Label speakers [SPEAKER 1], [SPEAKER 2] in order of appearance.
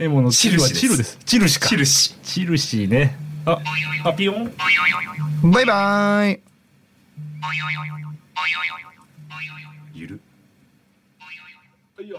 [SPEAKER 1] エモの次はチルですチルシか
[SPEAKER 2] 知るし。
[SPEAKER 1] チルシーねああピヨン
[SPEAKER 3] バイバーイ
[SPEAKER 2] ゆる。
[SPEAKER 4] いいよ